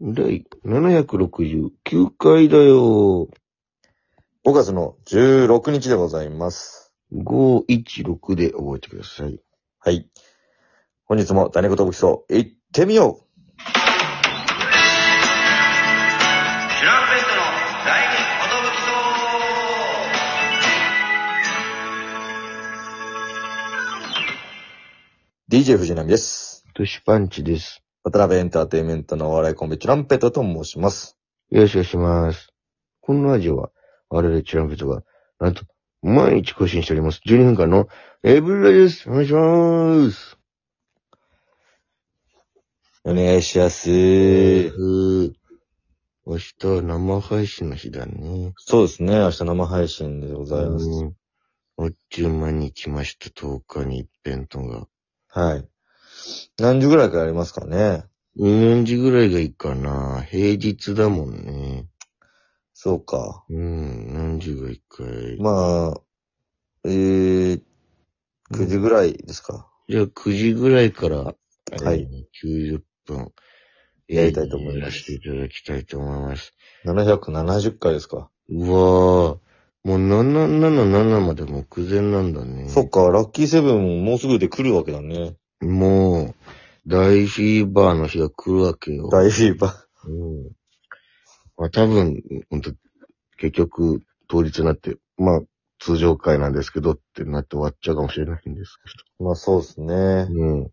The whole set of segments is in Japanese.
第769回だよ。 5月の16日でございます。 516で覚えてください。はい。本日も種子と武器層、行ってみようシュランペットの第二寿！DJ 藤波です。トシパンチです。渡辺エンターテインメントのお笑いコンビ、チュランペットと申します。よろしくお願いします。このラジオは、我々チュランペットが、なんと、毎日更新しております。12分間のエブリラジオです。お願いします。お願いします。ー明日は生配信の日だね。そうですね、明日生配信でございます。うんあっちゅう間に来ました、10日に一遍とが。はい。何時ぐらいからやりますかね4時ぐらいがいいかな。平日だもんね。そうか。うん、何時がいいかい。まあ、えー、9時ぐらいですか。じゃあ9時ぐらいから、はいえー。90分、やりたいと思いますやらせていただきたいと思います。 770回ですか。うわぁ、もう777まで目前なんだね。そっか、ラッキーセブンももうすぐで来るわけだね。もう、大フィーバーの日が来るわけよ。大フィーバー。うん。まあ多分、ほんと、結局、当日になって、まあ、通常会なんですけどってなって終わっちゃうかもしれないんです まあそうですねけ。ど。うん。だ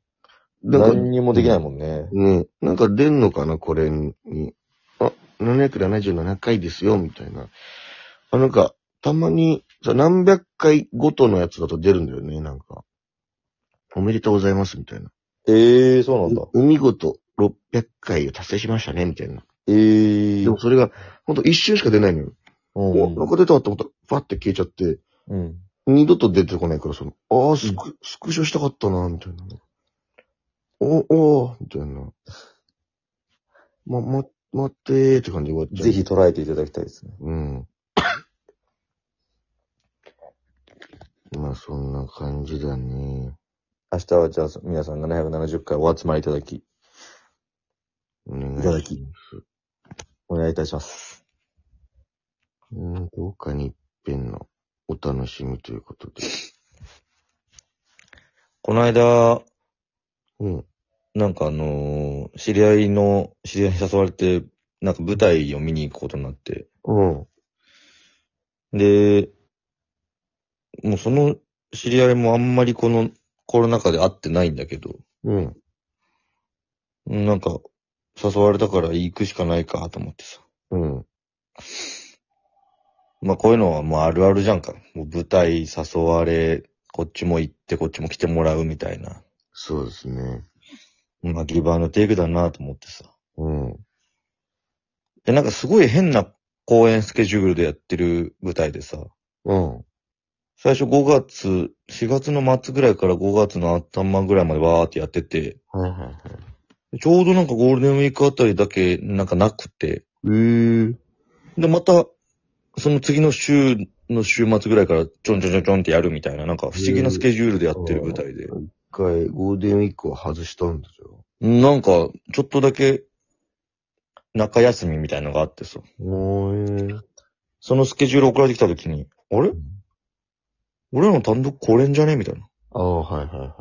から何にもできないもんね。うん。なんか出んのかな、これに。あ、777回ですよ、みたいな。あ、なんか、たまに、さ、何百回ごとのやつだと出るんだよね、なんか。おめでとうございます、みたいな。ええー、そうなんだ。海ごと600回を達成しましたね、みたいな。ええでーも。それが、ほんと一瞬しか出ないのよ。うお、なんんか出たと思ったら、パッて消えちゃって、うん。二度と出てこないから、その、ああ、スク、スクショしたかったな、みたいな。お、おー、みたいな。ま、ま、待ってーって感じで終わっちゃう。ぜひ。捉えていただきたいですね。うん。まあ、そんな感じだね。明日はじゃあ皆さん770回お集まりいただき、お願いしいたまだすき。お願いいたします。うん、どうかに一遍のお楽しみということで。この間、うん。なんかあのー知り合いの、知り合いに誘われて、なんか舞台を見に行くことになって。うん。で、もうその知り合いもあんまりこのコロナ禍で会ってないんだけど、うん。うんなんか誘われたから行くしかないかと思ってさ。うん。まあこういうのはもうあるあるじゃんか。もう舞台誘われ、こっちも行ってこっちも来てもらうみたいな。そうですね。まあギバーのテイクだなと思ってさ。うん。で、なんかすごい変な公演スケジュールでやってる舞台でさ。うん。最初5月、4月の末ぐらいから5月の頭ぐらいまでわーってやってて、はいはいはい。ちょうどなんかゴールデンウィークあたりだけなんかなくて、えー。で、また、その次の週の週末ぐらいからちょんちょんちょんちょんってやるみたいな、なんか不思議なスケジュールでやってる舞台で。一回、ゴールデンウィークは外したんだよ。なんか、ちょっとだけ、中休みみたいのがあってさ、おーそのスケジュール送られてきた時に、あれ俺らの単独これんじゃねみたいな。ああ、はいはいはい。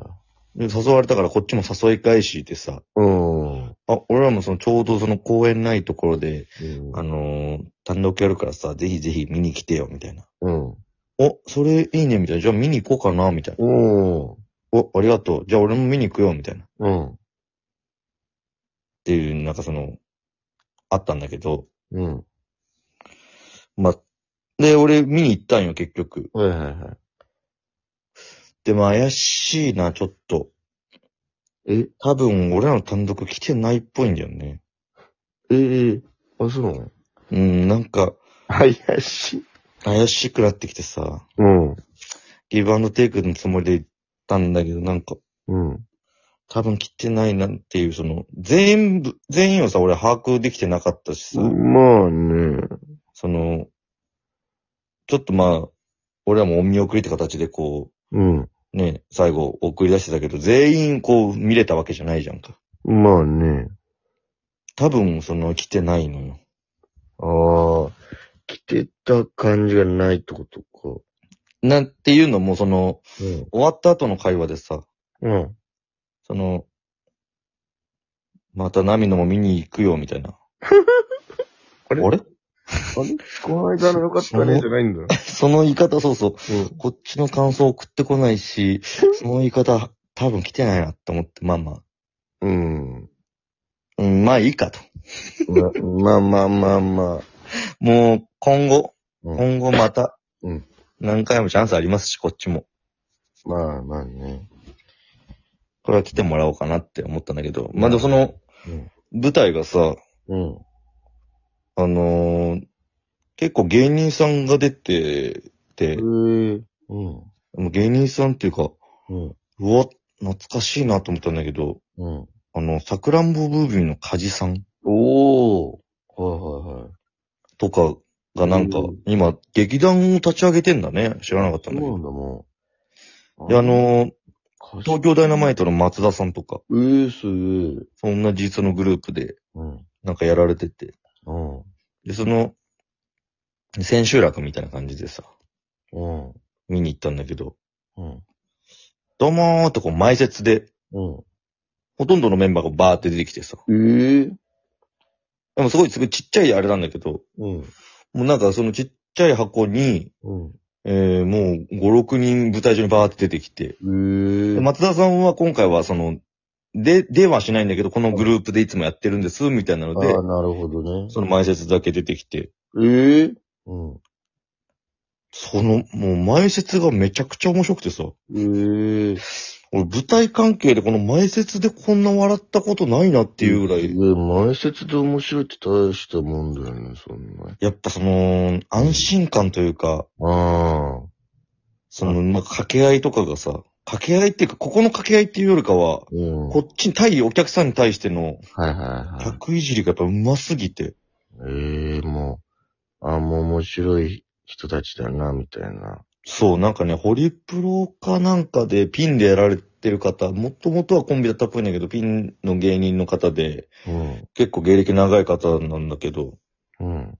で誘われたからこっちも誘い返してさ、うん。あ、俺らもそのちょうどその公演ないところで、うあのー単独やるからさ、ぜひぜひ見に来てよ、みたいな。ん。お、それいいね、みたいな。じゃあ見に行こうかな、みたいな。うん。お、ありがとう。じゃあ俺も見に行くよ、みたいな。っうん。ていう、なんかその、あったんだけど、うん。まあ、で、俺見に行ったんよ、結局。はいはいはでも怪しいな、ちょっと。い。え、多分、俺らの単独来てないっぽいんだよね。ええあ、そうなのうん、なんか、怪しい。怪しくなってきてさ、うん。ギブアンドテイクのつもりで行ったんだけど、なんか、うん。多分来てないなっていう、その、全部、全員をさ、俺把握できてなかったしさ、まあね。その、ちょっとまあ、俺らもお見送りって形でこうん。う、ね、最後送り出してたけど、全員こう見れたわけじゃないじゃんか。まあね。多分、その、来てないのよ。ああ、来てた感じがないってことか。なんていうのも、その、うん。終わった後の会話でさ、うん。その、また波野も見に行くよ、みたいな。ああれれあれこの間の良かったねじゃないんだ。その言い方、そうそう。うん。こっちの感想送ってこな いし、その言い方、多分来てないなって思って、まあまあ。うん。うん、まあいいかと。まあまあまあまあ。もう、今後、うん今後また、うん何回もチャンスありますし、こっちも。まあまあね。これは来てもらおうかなって思ったんだけど、まあでもそのうん、舞台がさ、うん。あのー結構芸人さんが出てえて、ー、うん。もう芸人さんっていうか、うん。うわ、懐かしいなと思ったんだけど、うん。あの、さくらんぼブービーのカジさんおー。はいはいはい。とかがなんか、うん今、劇団を立ち上げてんだね。知らなかったんだけそうなど。んだもん。で、あ、のー東京ダイナマイト。トの松田さんとか、うーすー。そんな実のグループで、うん。なんかやられてて。うん。で、その、千秋楽みたいな感じでさ、うん。見に行ったんだけど、うん。どうもーってこう前説で、うん。ほとんどのメンバーがバーって出てきてさ。えー。でもすごい、すごいちっちゃいあれなんだけど、うん。もうなんかそのちっちゃい箱に、うん。えー、もう5、6人舞台上にバーって出てきて、えー。で松田さんは今回はその、で、ではしないんだけど、このグループでいつもやってるんです、みたいなのでああ、、なるほどね。その前説だけ出てきて、ええうん。その、もう前説がめちゃくちゃ面白くてさ、ええ俺舞台関係でこの前説でこんな笑ったことないなっていうぐらい、いや、前説で面白いって大したもんだよね、そんな。やっぱその、安心感というか、ああ。その、まあ、掛け合いとかがさ、掛け合いっていうか、ここの掛け合いっていうよりかは、うん。こっちに対、お客さんに対しての、はいはいは客いじりがやっぱうますぎて、い。ええもう、あもう面白い人たちだな、みたいな。そう、なんかね、ホリプロかなんかでピンでやられてる方、もともとはコンビだったっぽいんだけど、ピンの芸人の方で、うん。結構芸歴長い方なんだけど、うん。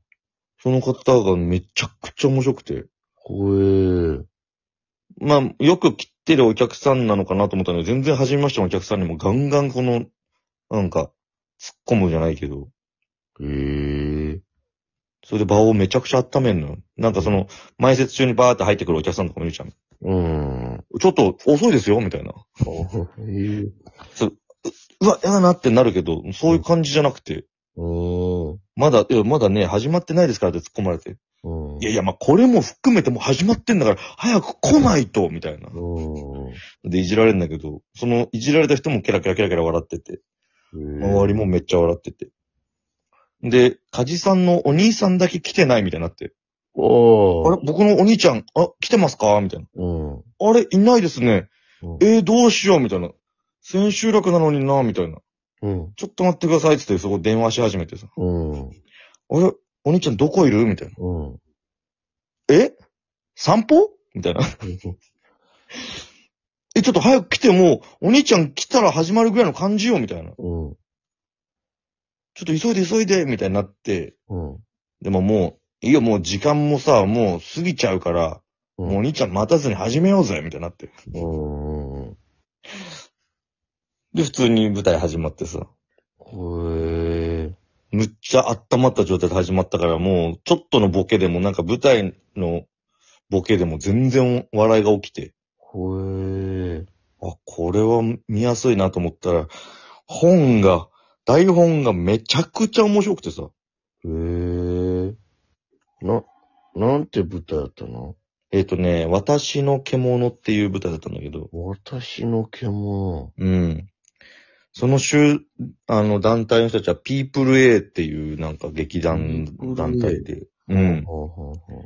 その方がめちゃくちゃ面白くて、ほえまあ、よく来てるお客さんなのかなと思ったんだけど、全然初めましてのお客さんにもガンガンこの、なんか、突っ込むじゃないけど、えええそれで場をめちゃくちゃ温めるのよ。なんかその、前説中にバーって入ってくるお客さんとかもいるじゃん。うん。ちょっと遅いですよ、みたいな。ええうわ、やだなってなるけど、そういう感じじゃなくて、うん。まだ、いや、まだね、始まってないですからって突っ込まれて。うん。いやいや、まあ、これも含めてもう始まってんだから、早く来ないと、みたいな。うん。で、いじられるんだけど、その、いじられた人もケラケラケラケラ笑ってて、周りも。めっちゃ笑ってて。で、カジさんのお兄さんだけ来てないみたいになって、ああれ、僕のお兄ちゃん、あ、来てますかみたいな。うん。あれ、いないですね。うんえー、どうしようみたいな。千秋楽なのにな、みたいな。うん。ちょっと待ってくださいっつって、そこ電話し始めてさ。うん。あれ、お兄ちゃんどこいるみたいな。うん。え散歩みたいな。え、ちょっと早く来ても、お兄ちゃん来たら始まるぐらいの感じよ、みたいうな。ん。ちょっと急いで急いで、みたいになって。うん。でももう、いいよ、もう時間もさ、もう過ぎちゃうから、もうお兄ちゃん待たずに始めようぜ、みたいになって。うん。で、普通に舞台始まってさ。へえ。むっちゃ温まった状態で始まったから、もう、ちょっとのボケでも、なんか舞台のボケでも全然笑いが起きて、ほえ。あ、これは見やすいなと思ったら、本が、台本がめちゃくちゃ面白くてさ、へえ。な、なんて舞台だったのえっ、とね、私の獣っていう舞台だったんだけど、私の獣。うん。その週、あの、団体の人たちは、ピープル A っていう、なんか劇団、 People A 団体で、うん。ほうほうほ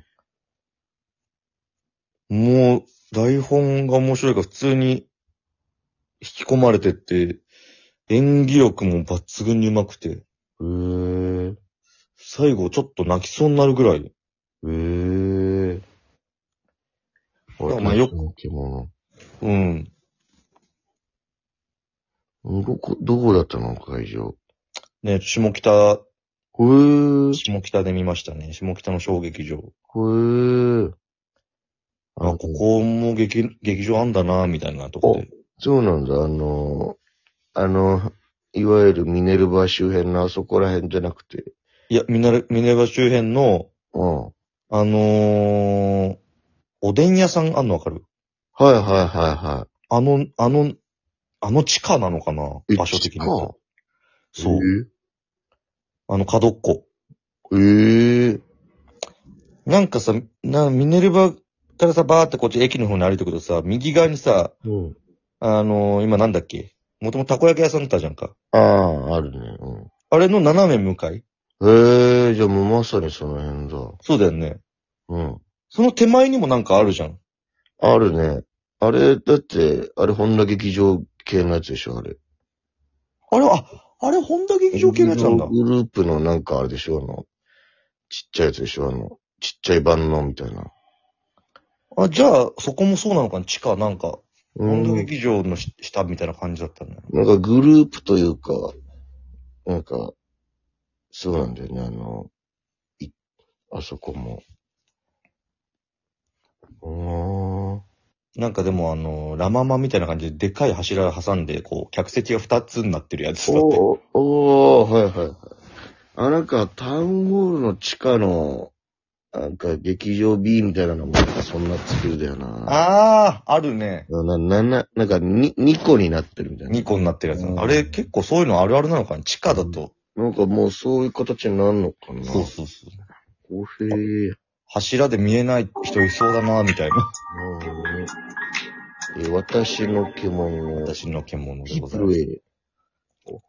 もう、台本が面白いから、普通に引き込まれてって、演技力も抜群に上手くて、う。へえ。最後ちょっと泣きそうになるぐらい、へえ。だからまあよ私の獣。うん。どこ、どこだったの会場。ね、下北、ほえー。下北で見ましたね。下北の小劇場。ほえー。あ、ここも劇、劇場あんだな、みたいなとこで。そうなんだ、あの、あの、いわゆるミネルバ周辺のあそこら辺じゃなくて。いや、ミネルミネバ周辺の、うん。はいあのー、おでん屋さんあんのわかるはいはいは。あの、あの、あの地下なのかない場所的に。そそう。あの、角っこ。えー、えなんかさ、なミネルバからさ、バーってこっち駅の方に歩いてくるとさ、右側にさ、ー。うん。あのー今なんだっけもともとたこ焼き屋さんだったじゃんか。ああ、あるね。うん。あれの斜め向かいええー、じゃあもうまさにその辺だ。そうだよね。うん。その手前にもなんかあるじゃん。あるね。あれ、だって、あれ、本田劇場系のやつでしょ、あれ。あれ、あ、あれ、本田劇場系のやつなんだ。劇場グループのなんかあれでしょ、あの、ちっちゃいやつでしょ、あの、ちっちゃい万能みたいな。あ、じゃあ、そこもそうなのかな地下、なんか、本田うん劇場のし下みたいな感じだったんだよ。なんかグループというか、なんか、そうなんだよね、あの、い、あそこも。うなんかでも、あの、ラママみたいな感じで、でかい柱挟んで、こう、客席が二つになってるやつーん。だって。おーおーはいはいはい。あ、なんか、タウンホールの地下の、なんか劇場 B みたいなのも、なんかそんな作りだよな。ああー、あるね。な、な、な、なんか、に、2個になってるみたいな2。個になってるやつう。んあれ、結構そういうのあるあるなのかな地下だと。なんかもうそういう形になるのかな。そうそうそう。コーヒー。柱で見えない人いそうだな、みたいな。えー私の獣、私の獣でヒございプます。エ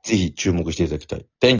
ぜひ注目していただきたい。Thank you